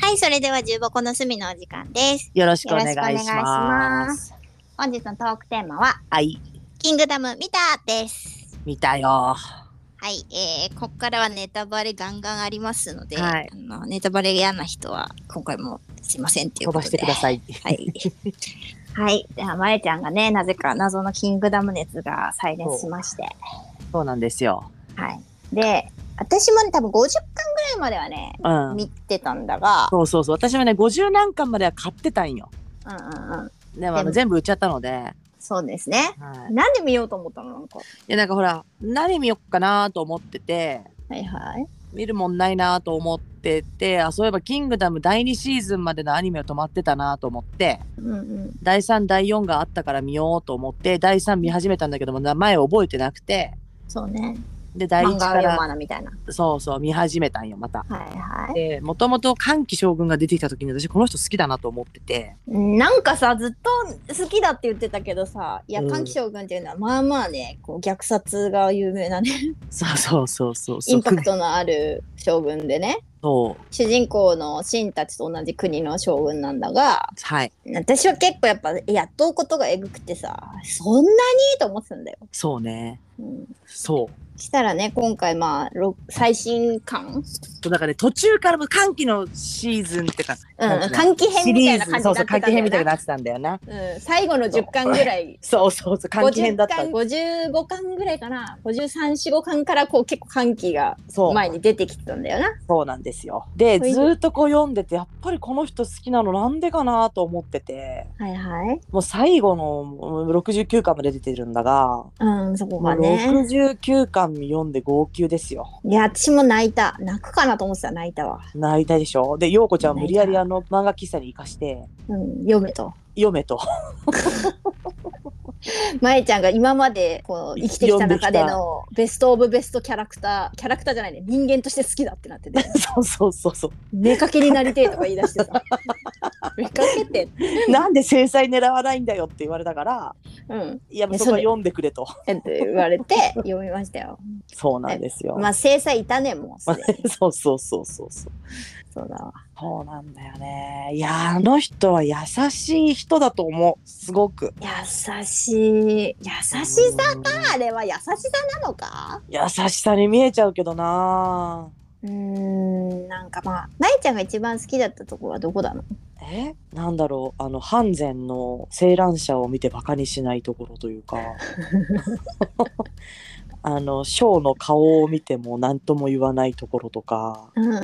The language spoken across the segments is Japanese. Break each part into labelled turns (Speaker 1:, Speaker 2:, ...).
Speaker 1: はい、それでは重箱の隅のお時間です。
Speaker 2: よろしくお願い
Speaker 1: よろし
Speaker 2: し
Speaker 1: くお願いし
Speaker 2: ま。
Speaker 1: ます本日のトークテーマは、
Speaker 2: はい、
Speaker 1: キングダム見たです。
Speaker 2: 見たよ。
Speaker 1: はい、えー、ここからはネタバレガンガンありますので、
Speaker 2: はい
Speaker 1: あのネタバレ嫌な人は今回もすいませんっていうこ
Speaker 2: 飛ば
Speaker 1: と
Speaker 2: し
Speaker 1: で。
Speaker 2: てください。
Speaker 1: はい。はい。 では、まえちゃんがね、なぜか謎のキングダム熱が再燃しまして。
Speaker 2: そうなんですよ。
Speaker 1: はい。で、私もね、多分50巻ぐらいまではね、
Speaker 2: うん。
Speaker 1: 見てたんだが、
Speaker 2: そうそうそう。私もね、50何巻までは買ってたんよ。
Speaker 1: うんうんうん。
Speaker 2: でもあ
Speaker 1: でも
Speaker 2: の全部売っちゃったので、はい、
Speaker 1: そうですね。
Speaker 2: い
Speaker 1: なんで見ようと思ったのなんか。
Speaker 2: やなんかほら何見よっかなと思ってて
Speaker 1: はいはい。
Speaker 2: 見るもんないなと思っててあそういえば「キングダム」第2シーズンまでのアニメを止まってたなと思って
Speaker 1: うんうん。
Speaker 2: 第3第4があったから見ようと思って第3見始めたんだけども名前を覚えてなくて
Speaker 1: そうね。
Speaker 2: で第
Speaker 1: 漫
Speaker 2: 1
Speaker 1: 画を
Speaker 2: か
Speaker 1: 読
Speaker 2: ら
Speaker 1: まなみたいな。
Speaker 2: そうそう見始めたんよまた。
Speaker 1: はいは
Speaker 2: でもともと歓喜将軍が出てきた時に私この人好きだなと思ってて
Speaker 1: い。なんかさ、ずっと好きだって言ってたけどさ、いや、
Speaker 2: うん
Speaker 1: 歓喜将軍っていうのは、まあまあね、こう虐殺が有名なね、
Speaker 2: そうそうそうそう
Speaker 1: インパク
Speaker 2: ト
Speaker 1: トのある将軍でね、
Speaker 2: そう
Speaker 1: 主人公のシンたちと同じ国の将軍なんだが、
Speaker 2: はい
Speaker 1: 私は結構やっぱ、やっとうことがえぐくてさ、そんなにと思ってたんだよ。
Speaker 2: そうね
Speaker 1: うん、
Speaker 2: そう
Speaker 1: したらね、今回まあ、ろ最新巻
Speaker 2: そうだから、ね、途中からもう歓喜のシーズンってか
Speaker 1: うん
Speaker 2: なんか
Speaker 1: 歓喜編
Speaker 2: シ
Speaker 1: み
Speaker 2: リ
Speaker 1: たい
Speaker 2: ー
Speaker 1: な
Speaker 2: ズ
Speaker 1: 感じにな
Speaker 2: そうそ
Speaker 1: っ
Speaker 2: う
Speaker 1: て
Speaker 2: 歓
Speaker 1: たんだ
Speaker 2: 喜編
Speaker 1: よ
Speaker 2: みたいに
Speaker 1: な
Speaker 2: なってたんだよな
Speaker 1: うん、最後の10巻ぐらい
Speaker 2: そうそうそう歓喜編
Speaker 1: 50
Speaker 2: だった
Speaker 1: 巻55巻ぐらいかな534巻からこう結構歓喜が
Speaker 2: そう
Speaker 1: 前に出てきてたんだよな
Speaker 2: そうなんですよで
Speaker 1: ほい
Speaker 2: ずーっとこう読んでてやっぱりこの人好きなのなんでかなと思ってて
Speaker 1: はいはい
Speaker 2: もう最後のもう69巻まで出てるんだが、
Speaker 1: うんそこ
Speaker 2: もう
Speaker 1: がね
Speaker 2: 69巻読んで号泣ですよ
Speaker 1: いや私も泣いた泣くかなと思ってた泣いたわ、
Speaker 2: 泣いたでしょで陽子ちゃんを無理や
Speaker 1: 泣い
Speaker 2: り
Speaker 1: た
Speaker 2: あの漫画喫茶に行かして
Speaker 1: うん、読むと
Speaker 2: 読めと
Speaker 1: まえちゃんが今までこう生きてきた中で
Speaker 2: 読
Speaker 1: のベストオブベストキャラクターキャラクターじゃないね人間として好きだってなってて
Speaker 2: そうそうそうそ
Speaker 1: 目かけになりてえとか言い出して さ目かけて
Speaker 2: うなんで制裁狙わないんだよって言われたから
Speaker 1: うん
Speaker 2: いやもう
Speaker 1: いや
Speaker 2: そこ
Speaker 1: そ
Speaker 2: は
Speaker 1: れ
Speaker 2: 読んでくれと
Speaker 1: えっと言われて読みましたよ
Speaker 2: そうなんですよ、
Speaker 1: まあ制裁いたねもうすでに
Speaker 2: そうそうそうそうそう
Speaker 1: そうだわ
Speaker 2: そうなんだよねいやあの人は優しい人だと思うすごく
Speaker 1: 優しい優しさ
Speaker 2: うん
Speaker 1: かあれは優しさなのか
Speaker 2: 優しさに見えちゃうけどな
Speaker 1: うーんなんかまあなえちゃんが一番好きだったとこはどこだの
Speaker 2: えなんだろうあの半善の青蘭社を見てバカにしないところとい うかあのショーの顔を見ても何とも言わないところとか
Speaker 1: うんうん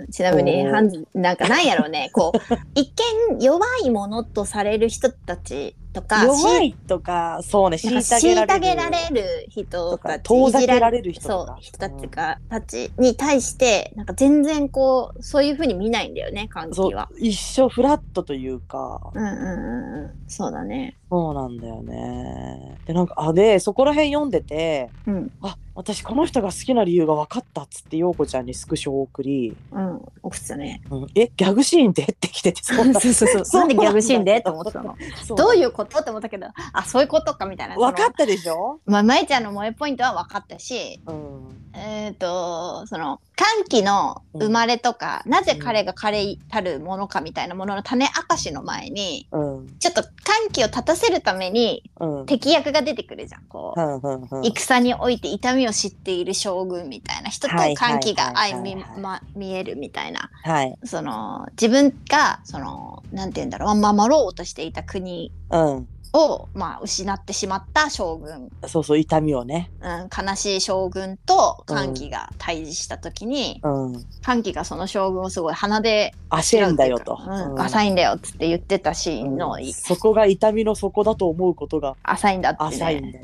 Speaker 1: うんちなみに
Speaker 2: おー
Speaker 1: ハンズなんかなんやろうねこ う一見弱いものとされる人たちとか
Speaker 2: 弱いとかそうね
Speaker 1: しなんか
Speaker 2: 虐げられる
Speaker 1: 虐げられる人
Speaker 2: と
Speaker 1: た
Speaker 2: か
Speaker 1: ち
Speaker 2: 遠ざ
Speaker 1: いじ
Speaker 2: けられる人と
Speaker 1: そ
Speaker 2: か
Speaker 1: う人たちが、たちに対してなんか全然こうそういうふうに見ないんだよね歓
Speaker 2: そ
Speaker 1: 喜
Speaker 2: う
Speaker 1: は。
Speaker 2: 一生フラットというか
Speaker 1: うんうんうんうんそうだね。
Speaker 2: そうなんだよねでなんかあでそこら辺読んでて
Speaker 1: うん
Speaker 2: あ私この人が好きな理由が分かったっつって陽子ちゃんにスクショを送り
Speaker 1: うん送ってたね。
Speaker 2: 「うん、えギャグシーンで?」って来ててそん な
Speaker 1: なんでギャグシーンでと思ってた の。どういううことって思ったけど、あ、そういうことかみたいな。
Speaker 2: 分か
Speaker 1: そ
Speaker 2: っ
Speaker 1: の
Speaker 2: たでしょ、
Speaker 1: まあ、まえちゃんの萌えポイントは分かったし、
Speaker 2: うん、
Speaker 1: えっ、と、その、歓喜の生まれとか、なぜ彼が彼たるものかみたいなものの種明かしの前に、
Speaker 2: うん
Speaker 1: ちょっと歓喜を立たせるために
Speaker 2: うん
Speaker 1: 敵役が出てくるじゃん。こう、
Speaker 2: うんうんうん
Speaker 1: 戦において痛みを知っている将軍みたいな人と
Speaker 2: はい
Speaker 1: 歓喜が相見
Speaker 2: はいはいはいはい
Speaker 1: ま見えるみたいな。
Speaker 2: はい
Speaker 1: その、自分が、その、なんて言うんだろう、守ろうとしていた国
Speaker 2: うん
Speaker 1: を、まあ、失ってしまった将軍、
Speaker 2: そうそう痛みをね
Speaker 1: うん、悲しい将軍と歓喜が対峙した時に、
Speaker 2: うん
Speaker 1: 歓喜がその将軍をすごい鼻で
Speaker 2: 焦るんだよと、
Speaker 1: うん
Speaker 2: うん
Speaker 1: 浅いんだよっつって言ってたシーンの、
Speaker 2: うんそこが痛みの底だと思うことが
Speaker 1: 浅いんだって、
Speaker 2: 浅いん
Speaker 1: ね、
Speaker 2: だっ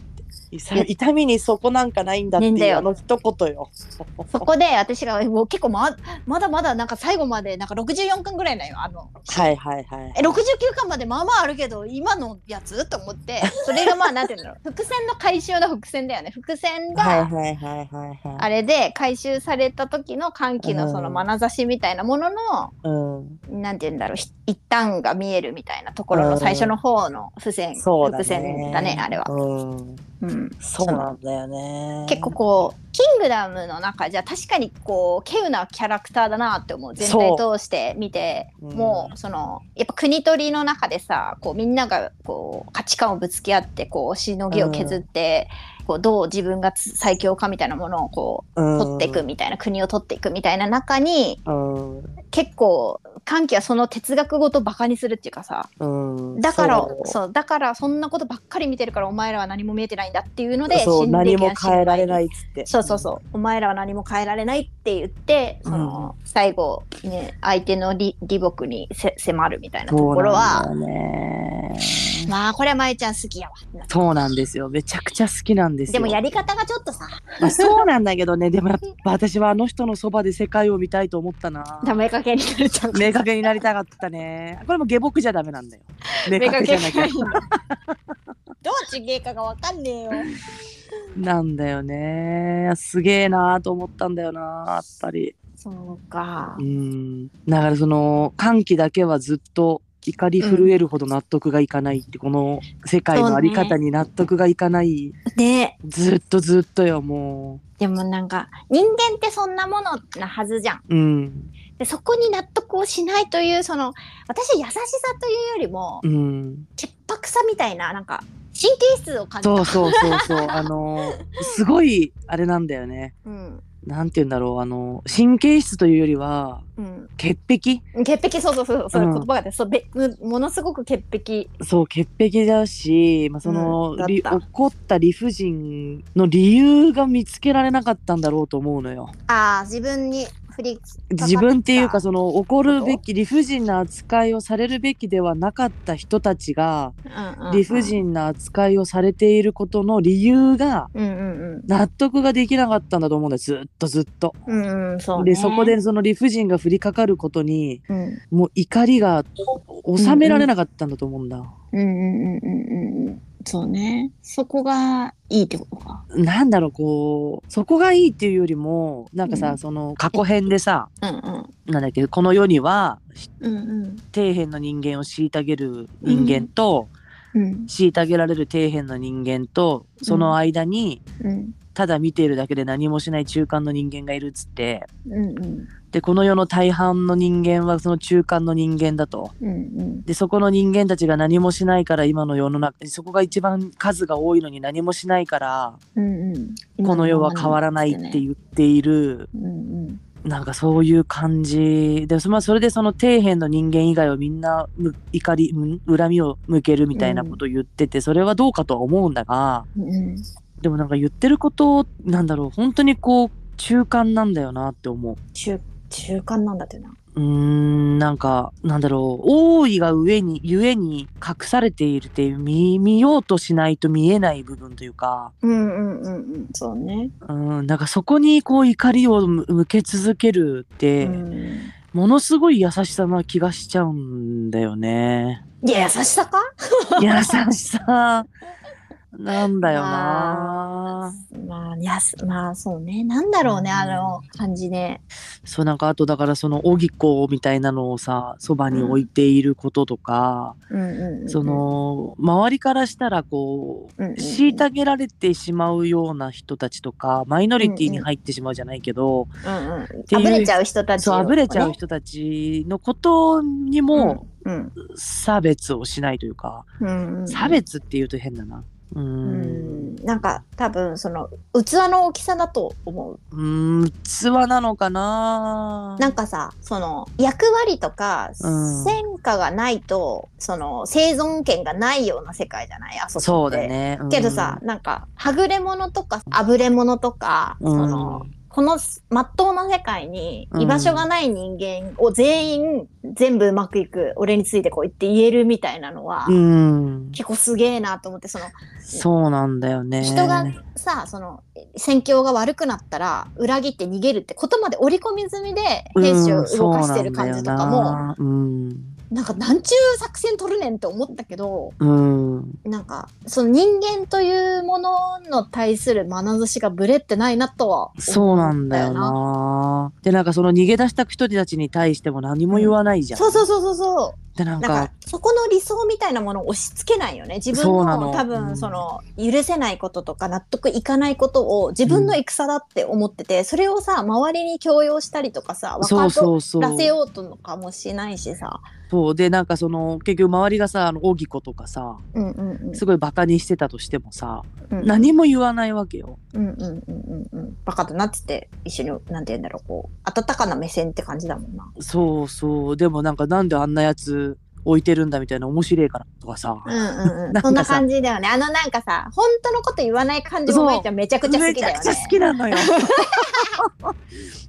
Speaker 2: て痛痛みに底なんかないんだって
Speaker 1: ねえんだ
Speaker 2: いう
Speaker 1: よ
Speaker 2: あの一言よ
Speaker 1: そこで私がもう結構ままだまだなんか最後までなんか64巻ぐらいなんよあの。
Speaker 2: はいはいはい
Speaker 1: え69巻までまあまああるけど今のやつと思ってそれがまあなんて言うんだろう伏線の回収の伏線だよね伏線が、
Speaker 2: はいはいはいはいは
Speaker 1: あれで回収された時の歓喜のその
Speaker 2: うん
Speaker 1: 眼差しみたいなものの、
Speaker 2: い、うん、
Speaker 1: なんて言うんだろうひ一旦が見えるみたいなところの最初の方の付箋、
Speaker 2: そうだね
Speaker 1: 伏線だねあれは、
Speaker 2: うん、
Speaker 1: うん、
Speaker 2: そうなんだよね
Speaker 1: 結構こうングダムの中じゃ確かにこう稀有なキャラクターだなって思う全体通して見て
Speaker 2: そううん
Speaker 1: もうそのやっぱ国取りの中でさこうみんながこう価値観をぶつけ合ってこうしのぎを削って、こうどう自分がつ最強かみたいなものをこう取っていくみたいな、国を取っていくみたいな中に
Speaker 2: うん
Speaker 1: 結構歓喜はその哲学ごとバカにするっていうかさ
Speaker 2: うんうん
Speaker 1: だからそう
Speaker 2: そ
Speaker 1: だからそんなことばっかり見てるからお前らは何も見えてないんだっていうの
Speaker 2: う
Speaker 1: で
Speaker 2: そう
Speaker 1: 心
Speaker 2: 何
Speaker 1: 理的な
Speaker 2: も変えられないいっつって
Speaker 1: そうそうそう、お前らは何も変えられないって言ってその、最後、ね、相手の利利母にせ迫るみたいなと
Speaker 2: そう
Speaker 1: ころは
Speaker 2: なんだよね
Speaker 1: まあこれはまゆちゃん好きやわ
Speaker 2: そうなんですよめちゃくちゃ好きなんですよ
Speaker 1: でもやり方がちょっとさ
Speaker 2: まあそうなんだけどねでもやっぱ私はあの人のそばで世界を見たいと思ったな
Speaker 1: ダメかけになれちゃ う
Speaker 2: 明確になりたかったねこれも下僕じゃダメなんだよ明確じゃなきゃ
Speaker 1: どうちげえかがわかんねえよ
Speaker 2: なんだよねすげえなと思ったんだよなやっぱり
Speaker 1: そうか
Speaker 2: うんだからその歓喜だけはずっと怒り震えるほど納得がいかないって、この世界のあり方に納得がいかない、
Speaker 1: ね
Speaker 2: ずっとずっとよも
Speaker 1: でもなんか人間ってそんなものなはずじゃん
Speaker 2: ううん
Speaker 1: でそこに納得をしないというその私優しさというよりも
Speaker 2: うん
Speaker 1: 潔白さみたいななんか神経質を感じた
Speaker 2: そうそうそう そうあのすごいあれなんだよね
Speaker 1: うん
Speaker 2: なんて言うんだろうあの神経質というよりは
Speaker 1: うん
Speaker 2: 潔癖
Speaker 1: 潔癖そうそうそうそうそういう
Speaker 2: うん
Speaker 1: 言葉がで、そうべむものすごく潔癖
Speaker 2: そう潔癖だし、まあ、その、
Speaker 1: うんだった
Speaker 2: り怒った理不尽の理由が見つけられなかったんだろうと思うのよ。
Speaker 1: ああ自分に振りた
Speaker 2: 自分っていうかその怒るべき理不尽な扱いをされるべきではなかった人たちが
Speaker 1: うんうんうん
Speaker 2: 理不尽な扱いをされていることの理由が
Speaker 1: うんうん
Speaker 2: 納得ができなかったんだと思うんだよずっとずっと。
Speaker 1: うんうんうんそうね
Speaker 2: でそこでその理不尽が降りかかることに
Speaker 1: うんうん
Speaker 2: もう怒りが収められなかったんだと思うんだ。
Speaker 1: うんうんうんうんそうねそこがいいってことか
Speaker 2: なんだろうこうそこがいいっていうよりもなんかさ、
Speaker 1: うん
Speaker 2: その過去編でさ
Speaker 1: うんうん
Speaker 2: なんだっけこの世には
Speaker 1: うんうん
Speaker 2: 底辺の人間を虐げる人間と、
Speaker 1: うん
Speaker 2: 虐げられる底辺の人間とその間に
Speaker 1: うん
Speaker 2: ただ見ているだけで何もしない中間の人間がいるっつって
Speaker 1: うんうん
Speaker 2: でこの世の大半の人間はその中間の人間だと。
Speaker 1: うんうん
Speaker 2: でそこの人間たちが何もしないから今の世の中そこが一番数が多いのに何もしないから
Speaker 1: うんうん
Speaker 2: この世は変わらないって言っている
Speaker 1: うんうん
Speaker 2: なんかそういう感じで、そまあ、それでその底辺の人間以外はみんなむ怒りむ恨みを向けるみたいなことを言ってて、それはどうかとは思うんだが
Speaker 1: うん
Speaker 2: でもなんか言ってることなんだろう本当にこう中間なんだよなって思う。
Speaker 1: 中中間なんだってな。
Speaker 2: うーんなんかなんだろう王位が上にゆえに隠されているっていう見見ようとしないと見えない部分というか
Speaker 1: うんうんうんうん。そうね。
Speaker 2: うんなんかそこにこう怒りを向向け続けるって。
Speaker 1: うん
Speaker 2: ものすごい優しさな気がしちゃうんだよ ね。
Speaker 1: いや優しさか？
Speaker 2: 優しさなんだよな。
Speaker 1: まあやすまあそうね。なんだろうね
Speaker 2: うん
Speaker 1: あの感じね。
Speaker 2: そうなんかあとだからそのおぎこみたいなのをさそばに置いていることとか、
Speaker 1: うんうんうん。
Speaker 2: その周りからしたらこ
Speaker 1: う
Speaker 2: う
Speaker 1: んうんうん
Speaker 2: 虐げられてしまうような人たちとかマイノリティに入ってしまうじゃないけど、
Speaker 1: うんうん。
Speaker 2: ていう
Speaker 1: あぶれちゃう人たち
Speaker 2: そう
Speaker 1: をね。
Speaker 2: あぶれちゃう人たちのことにも
Speaker 1: うん。
Speaker 2: 差別をしないというか、
Speaker 1: うんうん。
Speaker 2: 差別っていうと変だな。う
Speaker 1: うんん。なんか多分その器の大きさだと思う。
Speaker 2: うーん、器なのかな
Speaker 1: なん
Speaker 2: か、
Speaker 1: かさその役割とか
Speaker 2: うん
Speaker 1: 戦果がないとその生存権がないような世界じゃないあそこって。
Speaker 2: そうだね。うん
Speaker 1: けどさ、、なんかはぐれ者とかあぶれ者とか、
Speaker 2: うん
Speaker 1: そのこのまっとうな世界に居場所がない人間を全員、全部うまくいく俺についてこいって言えるみたいなのは、
Speaker 2: うん、
Speaker 1: 結構すげえなと思ってその
Speaker 2: そうなんだよね。
Speaker 1: 人がさその戦況が悪くなったら裏切って逃げるってことまで織り込み済みで兵士を動かしてる感じとかも、
Speaker 2: も。うん、
Speaker 1: なんかなんちゅう作戦取るねんって思ったけど
Speaker 2: うん、
Speaker 1: なんかその人間というものの対する眼差しがブレってないなとは思
Speaker 2: そうなんだよな。で、なんかその逃げ出した人たちに対しても何も言わないじゃん。
Speaker 1: そうそうそうそうそ
Speaker 2: で、なん
Speaker 1: うなん
Speaker 2: か
Speaker 1: か、そこの理想みたいなものを押し付けないよね自分
Speaker 2: そうな
Speaker 1: の
Speaker 2: の
Speaker 1: 多
Speaker 2: うん
Speaker 1: 分その許せないこととか納得いかないことを自分の戦だって思ってて、それをさ周りに強要したりとかさ分
Speaker 2: そ
Speaker 1: か
Speaker 2: うそうそう
Speaker 1: らせようとかもしないしさ
Speaker 2: そうでなんかその結局周りがさあの荻子とかさ
Speaker 1: うんうんうん
Speaker 2: すごいバカにしてたとしてもさ、
Speaker 1: うん
Speaker 2: 何も言わないわけよ。
Speaker 1: うんうんうんうんうんバカだなっつって一緒になんて言うんだろうこう温かな目線って感じだもんな。
Speaker 2: そうそうでもなんかなんであんなやつ置いてるんだみたいな面白いからとかさ、
Speaker 1: うんうんう
Speaker 2: な
Speaker 1: ん、
Speaker 2: んかさ
Speaker 1: そんな感じだよねあのなんかさ本当のこと言わない感じ
Speaker 2: そう
Speaker 1: もまゆちゃんめちゃくちゃ好
Speaker 2: め
Speaker 1: き
Speaker 2: ち
Speaker 1: だ
Speaker 2: ゃ
Speaker 1: よ
Speaker 2: く
Speaker 1: ね
Speaker 2: ちゃ好きな のよ。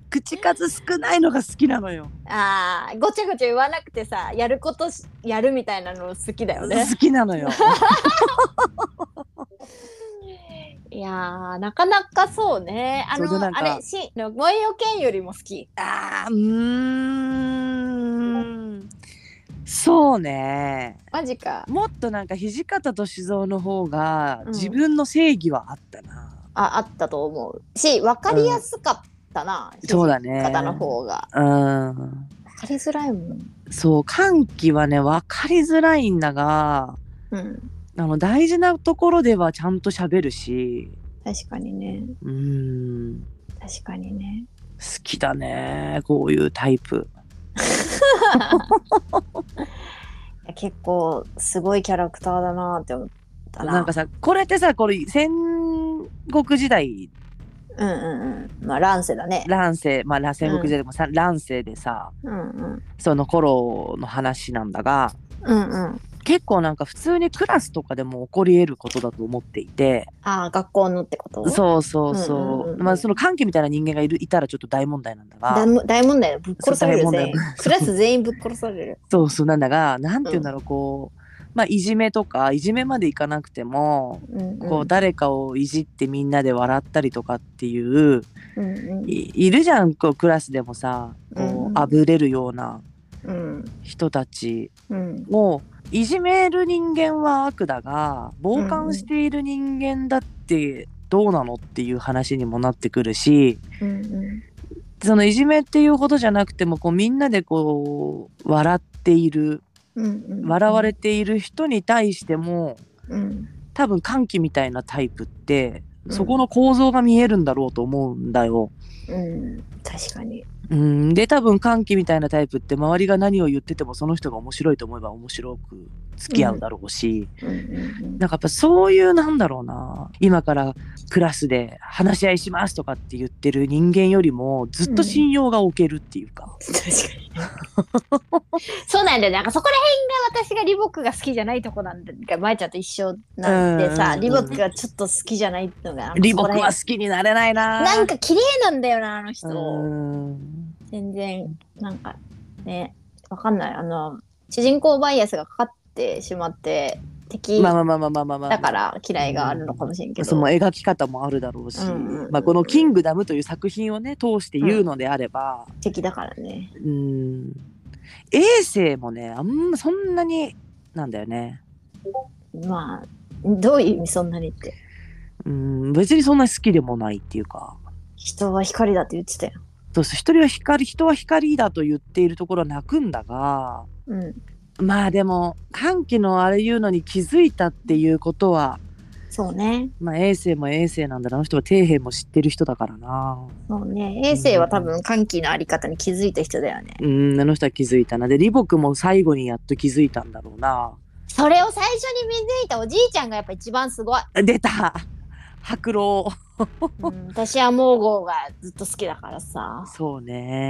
Speaker 2: 口数少ないのが好きなのよ。
Speaker 1: ああごちゃごちゃ言わなくてさやることしやるみたいなの好きだよね
Speaker 2: 好きなのよ。
Speaker 1: いやーなかなかそうねあ
Speaker 2: それ
Speaker 1: の
Speaker 2: でなんか
Speaker 1: あれし燃えよ剣よりも好き
Speaker 2: あーうーんそうね
Speaker 1: マジか
Speaker 2: もっとなんか土方歳三の方が
Speaker 1: うん
Speaker 2: 自分の正義はあったな、
Speaker 1: ああったと思うし分かりやすかったな、
Speaker 2: そうだね
Speaker 1: 方の方が
Speaker 2: うん
Speaker 1: 分かりづらいもん
Speaker 2: そう歓喜はね分かりづらいんだが
Speaker 1: うん
Speaker 2: あの大事なところではちゃんと喋るし
Speaker 1: 確かにね
Speaker 2: うん
Speaker 1: 確かに ね
Speaker 2: 好きだねこういうタイプ
Speaker 1: いや結構すごいキャラクターだなって思ったな
Speaker 2: なんかさこれってさこれ戦国時代
Speaker 1: うんうんうんまあ乱世だね
Speaker 2: 乱世まあら戦国時代でもさ、乱世でさ
Speaker 1: うんうん
Speaker 2: その頃の話なんだが
Speaker 1: うんうん
Speaker 2: 結構なんか普通にクラスとかでも起こり得ることだと思っていて
Speaker 1: ああ学校のってこと
Speaker 2: そうそうそう,、
Speaker 1: うんうんうんうん
Speaker 2: まあその歓喜みたいな人間がいるいたらちょっと大問題なんだ
Speaker 1: 大
Speaker 2: が
Speaker 1: 問大問題だよぶっ殺される
Speaker 2: そう
Speaker 1: よ
Speaker 2: 大
Speaker 1: 全
Speaker 2: 問題
Speaker 1: 員クラス全員ぶっ殺される
Speaker 2: そうそうなんだがなんて言うんだろう、こうまあいじめとかいじめまでいかなくても。
Speaker 1: うんうん
Speaker 2: こう誰かをいじってみんなで笑ったりとかっていう
Speaker 1: うんうん
Speaker 2: いいるじゃんこうクラスでもさ
Speaker 1: うん
Speaker 2: こ
Speaker 1: うん
Speaker 2: うあぶれるような
Speaker 1: うん
Speaker 2: 人たち
Speaker 1: うん
Speaker 2: もういじめる人間は悪だが傍観している人間だってどうなのっていう話にもなってくるし
Speaker 1: うん
Speaker 2: そのいじめっていうほどじゃなくてもこうみんなでこう笑っている
Speaker 1: うん
Speaker 2: 笑われている人に対しても
Speaker 1: うん
Speaker 2: 多分歓喜みたいなタイプってそこの構造が見えるんだろうと思うんだよ。
Speaker 1: うん確かに
Speaker 2: うん、で多分歓喜みたいなタイプって周りが何を言っててもその人が面白いと思えば面白く付き合うだろうし。
Speaker 1: うん うん
Speaker 2: なんかやっぱそういうなんだろうな今からクラスで話し合いしますとかって言ってる人間よりもずっと信用が置けるっていうか、
Speaker 1: 確かにそうなんだよねなんかそこら辺が私がリボックが好きじゃないとこなんだがまえちゃんと一緒なんで
Speaker 2: う
Speaker 1: さ
Speaker 2: ん
Speaker 1: リボックがちょっと好きじゃないのが
Speaker 2: リボックは
Speaker 1: そこ
Speaker 2: 好きになれないな
Speaker 1: ら辺なんか綺麗なんだよなあの人
Speaker 2: うん
Speaker 1: 全然なんかねわかんないあの主人公バイアスがかかってしまって敵
Speaker 2: まあ
Speaker 1: だ
Speaker 2: まあまあまあまあまあまあ、
Speaker 1: から嫌いがあるのかもしれんけど、
Speaker 2: その描き方もあるだろうし、
Speaker 1: うんうんうん
Speaker 2: まあ、この「キングダム」という作品をね通して言うのであれば、
Speaker 1: 敵だからね
Speaker 2: うん、衛星もねあんまそんなになんだよね、
Speaker 1: まあどういう意味そんなにって
Speaker 2: うん、別にそんなに好きでもないっていうか。
Speaker 1: 人は光だって言ってたよ
Speaker 2: そうそう一人は光人は光だと言っているところは泣くんだが
Speaker 1: うん
Speaker 2: まあでも歓喜のあれいうのに気づいたっていうことは
Speaker 1: そうね
Speaker 2: まあ衛星も衛星なんだなあの人は底辺も知ってる人だからな
Speaker 1: そうね衛星は多分歓喜のあり方に気づいた人だよね
Speaker 2: うんあの人は気づいたなで李牧も最後にやっと気づいたんだろうな
Speaker 1: それを最初に見抜いたおじいちゃんがやっぱ一番すごい、
Speaker 2: 出た白老
Speaker 1: うん、私はモーゴーがずっと好きだからさ
Speaker 2: そう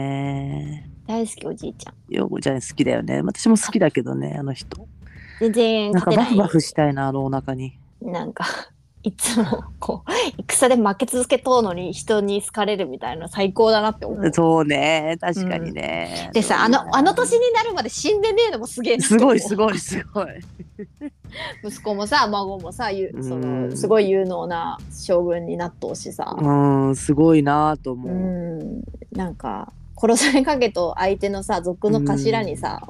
Speaker 2: ね
Speaker 1: 大好きおじいちゃん
Speaker 2: 陽子ちゃん好きだよね私も好きだけどねあの人
Speaker 1: 全然
Speaker 2: なん
Speaker 1: 勝
Speaker 2: か
Speaker 1: てな
Speaker 2: バ
Speaker 1: い
Speaker 2: フバフしたいなあのお腹に
Speaker 1: なんかいつもこう戦で負け続けとうのに人に好かれるみたいな最高だなって思う。
Speaker 2: そうね確かにね、
Speaker 1: でさあのあの年になるまで死んでねえのもすげえなって
Speaker 2: す
Speaker 1: 思
Speaker 2: ご
Speaker 1: う
Speaker 2: いすごいすごい。
Speaker 1: 息子もさ孫もさゆそうの
Speaker 2: ん
Speaker 1: すごい有能な将軍になっとうしさ、
Speaker 2: うん、すごいなぁと
Speaker 1: う
Speaker 2: 思う。
Speaker 1: ん、なんか殺されかけと相手のさ族の頭にさ、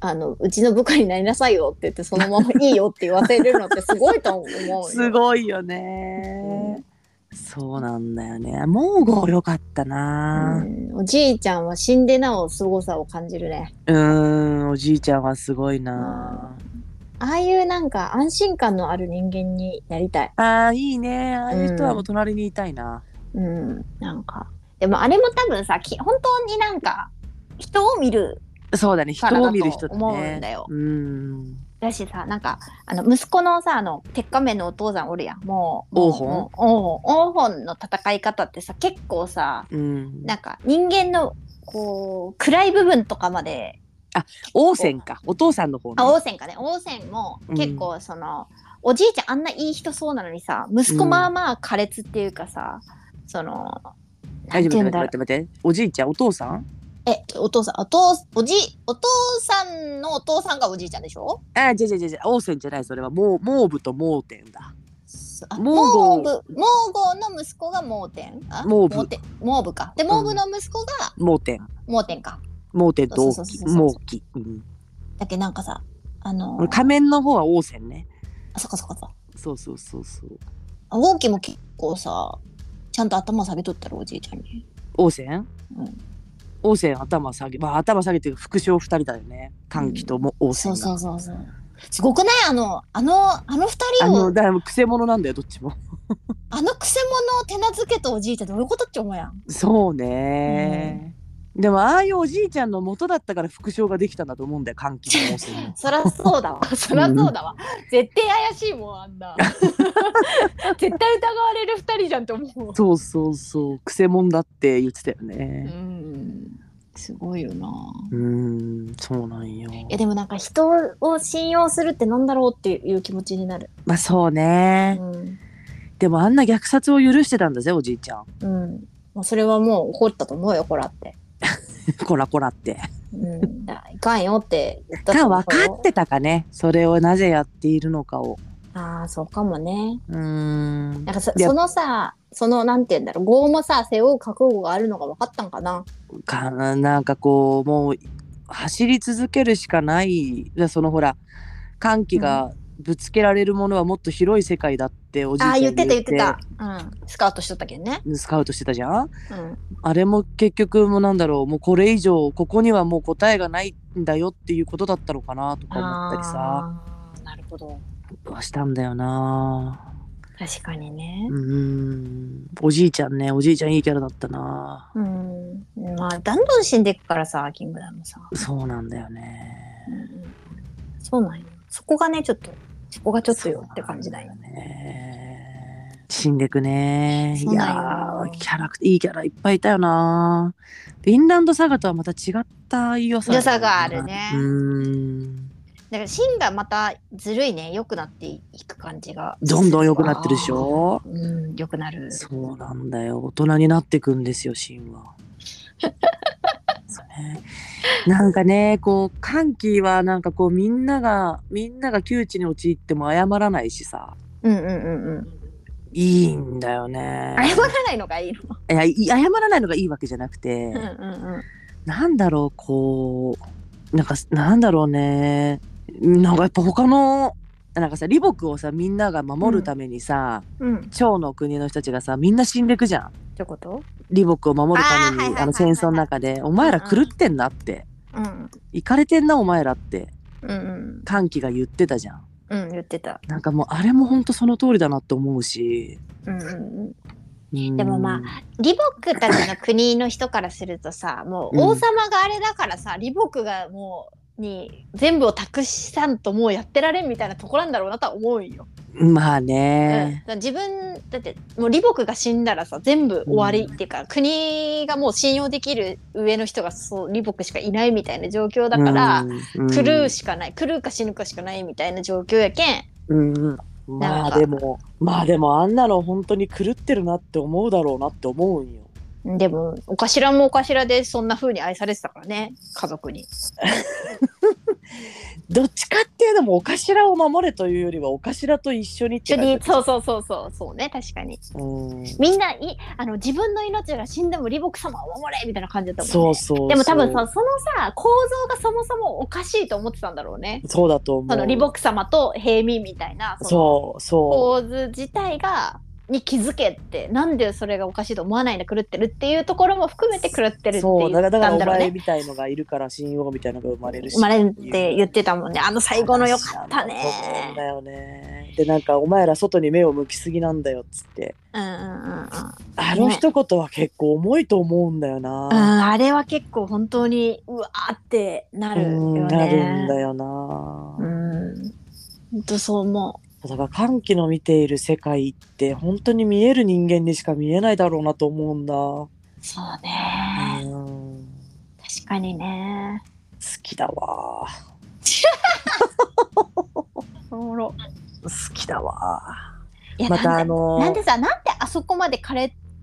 Speaker 1: あのうちの部下になりなさいよって言ってそ のままいいよって言わせるのってすごいと思うよ
Speaker 2: すごいよね。そうなんだよね。モーゴーよかったな。
Speaker 1: うんおじいちゃんは死んでなお凄さを感じるね。
Speaker 2: うーん、おじいちゃんはすごいな。
Speaker 1: ああいうなんか安心感のある人間になりたい。
Speaker 2: ああ、いいね。ああいう人はもう隣にいたいな。
Speaker 1: うん、なんか。でもあれも多分さ、き本当になんか人を見る
Speaker 2: そうだね。人
Speaker 1: からだ
Speaker 2: を見る人
Speaker 1: と
Speaker 2: だ
Speaker 1: 思うんだ
Speaker 2: ね。
Speaker 1: よ。
Speaker 2: うん。
Speaker 1: だしさ、なんかあの息子のさ、あの鉄仮面のお父さんおるやん。もう、
Speaker 2: 王賁
Speaker 1: もうもう王賁の戦い方ってさ、結構さ、
Speaker 2: うん。
Speaker 1: なんか人間のこう暗い部分とかまで
Speaker 2: 王戦か。お父さんの方ね
Speaker 1: あ王戦かね王戦も結構その、おじいちゃんあんないい人そうなのにさ息子
Speaker 2: うん
Speaker 1: まあまあ苛烈っていうかさ、そのな
Speaker 2: 大
Speaker 1: んて言
Speaker 2: 丈夫
Speaker 1: うん
Speaker 2: 待
Speaker 1: だろ
Speaker 2: って待って待って。おじいちゃん、お父さん
Speaker 1: うえお父さんお父おじお父さんのお父さんがおじいちゃんでしょ
Speaker 2: あ、じゃじゃじゃじゃ、王戦じゃない、それは、もう、モーブと盲点だ。
Speaker 1: あ
Speaker 2: モーゴ
Speaker 1: モー
Speaker 2: ー
Speaker 1: ブモーゴーの息子がモーテンあ
Speaker 2: モーブ
Speaker 1: テンモーブかでモーブの息子が
Speaker 2: 盲点、
Speaker 1: モーテンか
Speaker 2: 盲点と王
Speaker 1: そうそう
Speaker 2: 騎、
Speaker 1: そうそう
Speaker 2: 盲騎。うん
Speaker 1: だっけなんかさあの
Speaker 2: 仮面の方は王戦ね。
Speaker 1: あそっかそっかそっか
Speaker 2: そうそうそうそう。
Speaker 1: あウォーキーも結構さちゃんと頭下げとったらおじいちゃんに
Speaker 2: 王戦
Speaker 1: うん
Speaker 2: 王戦頭下げ、まあ、頭下げて副将二人だよね。短期とも王戦
Speaker 1: そう
Speaker 2: が。
Speaker 1: そうそうそう。すごくないあの、あの、あの二人を、あ
Speaker 2: あの、
Speaker 1: の、
Speaker 2: だから、くせ者なんだよ、どっちも。
Speaker 1: くせ者を手なずけとおじいってどういうことって思うやん。
Speaker 2: そうね。でも、ああいうおじいちゃんの元だったから副将ができたんだと思うんだよ、短期 と王戦も
Speaker 1: そらそう だわ。そらそうだわ。絶対怪しいもん、あんな。 絶対疑われる二人じゃんって思う。
Speaker 2: そうそうそう、くせ者だって言ってたよ
Speaker 1: う
Speaker 2: ね。
Speaker 1: ん。すごいよな。
Speaker 2: うん、そうなんよ。
Speaker 1: いやでもなんか人を信用するってなんだろうっていう気持ちになる。
Speaker 2: まあ、そう
Speaker 1: う
Speaker 2: ね。
Speaker 1: ん。
Speaker 2: でもあんな虐殺を許してたんだぜおじいちゃん
Speaker 1: うん。もうそれはもう怒ったと思うよ、こらって。
Speaker 2: こらこらって
Speaker 1: うん。だいかんよって言ったと
Speaker 2: が
Speaker 1: 思うよ
Speaker 2: 分かってたかねそれをなぜやっているのかを
Speaker 1: ああ、そうかもね。
Speaker 2: うーん
Speaker 1: なんかそ
Speaker 2: いや
Speaker 1: そのさそのなんて言うんだろう業もさ背負う覚悟があるのが分かったんかな。
Speaker 2: かなんかこうもう走り続けるしかないそのほら歓喜がぶつけられるものはもっと広い世界だっておじいち
Speaker 1: あ
Speaker 2: ゃ
Speaker 1: あ
Speaker 2: ん
Speaker 1: 言ってた言ってた、うん、スカウトしとったけどね。
Speaker 2: スカウトしてたじゃん
Speaker 1: うん
Speaker 2: あれも結局もうなんだろうもうこれ以上ここにはもう答えがないんだよっていうことだったのかなとか思ったりさ
Speaker 1: あーなるほど
Speaker 2: はしたんだよな
Speaker 1: 確かにね
Speaker 2: う。ーんおじいちゃんねおじいちゃんいいキャラだったな
Speaker 1: うん、まあだんどん死んでいくからさキングダムさ、
Speaker 2: そうなんだよね
Speaker 1: うん、そうなんよそこがねちょっとそこがちょっとよって感じだよ
Speaker 2: そう。なんだよね死んでくねい
Speaker 1: そうなんよ
Speaker 2: やーキャラクいいキャラいっぱいいたよなフィンランドサガとはまた違った良さだよ
Speaker 1: 良さがあるね
Speaker 2: うーん
Speaker 1: だからシンがまたずるいね良くなっていく感じが
Speaker 2: どんどん良くなってるでしょ
Speaker 1: うん良くなる
Speaker 2: そうなんだよ大人になってくんですよシンは。そうねなんかねこう歓喜はなんかこうみんながみんなが窮地に陥っても謝らないしさ
Speaker 1: うんうんうんうん
Speaker 2: いいんだよね。
Speaker 1: 謝らないのがいいの
Speaker 2: いやい謝らないのがいいわけじゃなくて
Speaker 1: うんうんうん
Speaker 2: なんだろうこうなんかなんだろうねなんかやっぱ他のなんかさ李牧をさみんなが守るためにさ、
Speaker 1: うん
Speaker 2: 趙の国の人たちがさみんな死んでくじゃん。
Speaker 1: ってこと
Speaker 2: 李牧を守るため
Speaker 1: あーはいはいはい
Speaker 2: に
Speaker 1: はい
Speaker 2: あの戦争の中で「お前ら狂ってんな」って
Speaker 1: うん
Speaker 2: 「行かれてんなお前ら」って
Speaker 1: うん
Speaker 2: 歓喜が言ってたじゃん。
Speaker 1: うんうん言ってた、
Speaker 2: なんかもうあれも本当その通りだなって思うし。
Speaker 1: うんうんうん、で
Speaker 2: で
Speaker 1: もま李牧たちの国の人からするとさもう王様があれだからさ、李牧がもうに全部を託したんともうやってられんみたいなとこなんだろうなとは思うよ、
Speaker 2: まあ
Speaker 1: うん、だ
Speaker 2: ね、
Speaker 1: から自分だってもう李牧が死んだらさ全部終わりっていうか、国がもう信用できる上の人がそう李牧しかいないみたいな状況だから、
Speaker 2: うん、うん
Speaker 1: 狂うしかない狂うか死ぬかしかないみたいな状況やけん
Speaker 2: うんうんま
Speaker 1: なん
Speaker 2: あ
Speaker 1: か
Speaker 2: でもまあでもあんなの本当に狂ってるなって思うだろうなって思うんよ。
Speaker 1: でもお頭もお頭でそんな風に愛されてたからね家族に
Speaker 2: どっちかっていうのもお頭を守れというよりはお頭と一緒にっ
Speaker 1: 一
Speaker 2: て
Speaker 1: 緒
Speaker 2: 感じ
Speaker 1: にそうそうそうそうそうね確かに
Speaker 2: うん
Speaker 1: みんないあの自分の命が死んでも李牧様を守れみたいな感じだったもん
Speaker 2: そうそう
Speaker 1: ね
Speaker 2: そう
Speaker 1: でも多分さそのさ構造がそもそもおかしいと思ってたんだろうね
Speaker 2: そうだと思う。
Speaker 1: その李牧様と平民みたいなの
Speaker 2: そうそう
Speaker 1: 構図自体がに気づけってなんでそれがおかしいと思わないで狂ってるっていうところも含めて狂ってるって
Speaker 2: そ
Speaker 1: 言
Speaker 2: う
Speaker 1: った
Speaker 2: だ
Speaker 1: ん
Speaker 2: から
Speaker 1: だ
Speaker 2: だか
Speaker 1: ろ
Speaker 2: ら
Speaker 1: う
Speaker 2: お前
Speaker 1: ね。
Speaker 2: みたいのがいるから信用みたいのが生まれるし
Speaker 1: 生まれるって言ってたもんねあの最後のよかった
Speaker 2: そうなん
Speaker 1: ね。
Speaker 2: だよねでなんかお前ら外に目を向きすぎなんだよっつって
Speaker 1: うんうんうんうん
Speaker 2: あの一言は結構重いと思うんだよ
Speaker 1: うん、
Speaker 2: な、
Speaker 1: あれは結構本当にうわーってなるよ
Speaker 2: うん
Speaker 1: ね。
Speaker 2: なるんだよな、
Speaker 1: うん。本当そう思
Speaker 2: だから歓喜の見ている世界って本当に見える人間にしか見えないだろうなと思うんだ、
Speaker 1: う。そうね。
Speaker 2: うん
Speaker 1: 確かにね。
Speaker 2: 好きだわ
Speaker 1: おもろ。
Speaker 2: 好きだわ
Speaker 1: いや
Speaker 2: またあ
Speaker 1: なん
Speaker 2: の
Speaker 1: でさなんであそこまで苛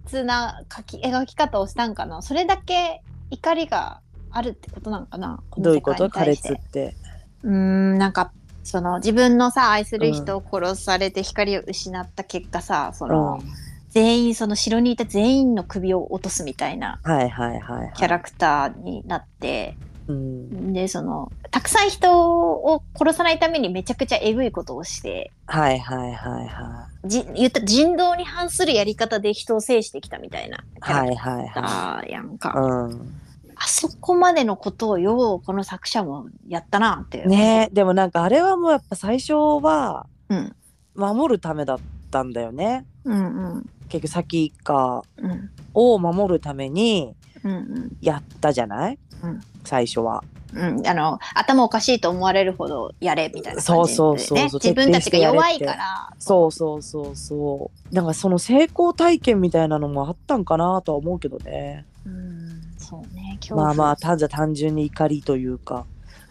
Speaker 1: 烈な描き描き方をしたんかなそれだけ怒りがあるってことなんかなこの
Speaker 2: どういうこと
Speaker 1: 世
Speaker 2: 苛
Speaker 1: 界に対して
Speaker 2: 烈って
Speaker 1: うーんなんかその自分のさ愛する人を殺されて光を失った結果さ、そ
Speaker 2: うん
Speaker 1: の
Speaker 2: はい
Speaker 1: 全員その城にいた全員の首を落とすみたいな
Speaker 2: はいはいはい
Speaker 1: キャラクターになって、
Speaker 2: うん
Speaker 1: でそのたくさん人を殺さないためにめちゃくちゃえぐいことをして
Speaker 2: はいはいはいは
Speaker 1: じ言ったら人道に反するやり方で人を制してきたみたいなキャラクター
Speaker 2: いはいはいは
Speaker 1: だやんか、
Speaker 2: いうん
Speaker 1: あそこまでのことをようこの作者もやったなっていう
Speaker 2: ねでもなんかあれはもうやっぱ最初は
Speaker 1: うん
Speaker 2: 守るためだったんだよね
Speaker 1: うんうん
Speaker 2: 結局先か
Speaker 1: うん
Speaker 2: を守るために
Speaker 1: うん
Speaker 2: やったじゃない、
Speaker 1: うん
Speaker 2: 最初は。
Speaker 1: うんうんあの頭おかしいと思われるほどやれみたいな感じで、ね、
Speaker 2: そうそうそうそう
Speaker 1: 自分たちが弱いか
Speaker 2: 徹
Speaker 1: ら
Speaker 2: そうそうそうそうなんかその成功体験みたいなのもあったんかなとは思うけどね
Speaker 1: うんそうね恐
Speaker 2: ま
Speaker 1: 怖
Speaker 2: あまあただ単純に怒りというか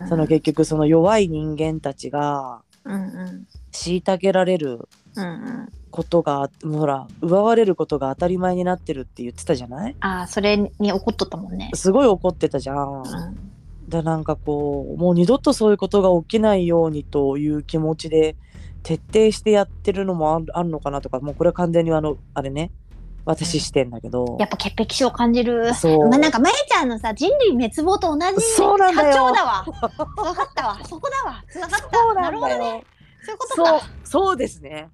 Speaker 2: その
Speaker 1: うん
Speaker 2: 結局その弱い人間たちが
Speaker 1: うんうん
Speaker 2: 虐げられる
Speaker 1: うんうん
Speaker 2: ことがもうほら奪われることが当たり前になってるって言ってたじゃない
Speaker 1: ああそれに怒っとったもんね
Speaker 2: すごい怒ってたじゃ
Speaker 1: う。
Speaker 2: ん
Speaker 1: ん
Speaker 2: だなんかこうもう二度とそういうことが起きないようにという気持ちで徹底してやってるのもあるあるのかなとかもうこれは完全にあのあれね私してんだけど、
Speaker 1: やっぱ潔癖症感じる
Speaker 2: そう
Speaker 1: まあ、なんかまえちゃんのさ人類滅亡と同じ
Speaker 2: そうなんだ
Speaker 1: 波
Speaker 2: よ
Speaker 1: 長だわ分 かったわそこだわつながった
Speaker 2: そうな
Speaker 1: なんるほ
Speaker 2: だ
Speaker 1: ど
Speaker 2: よ
Speaker 1: ねそういうこと
Speaker 2: そう
Speaker 1: か
Speaker 2: そうですね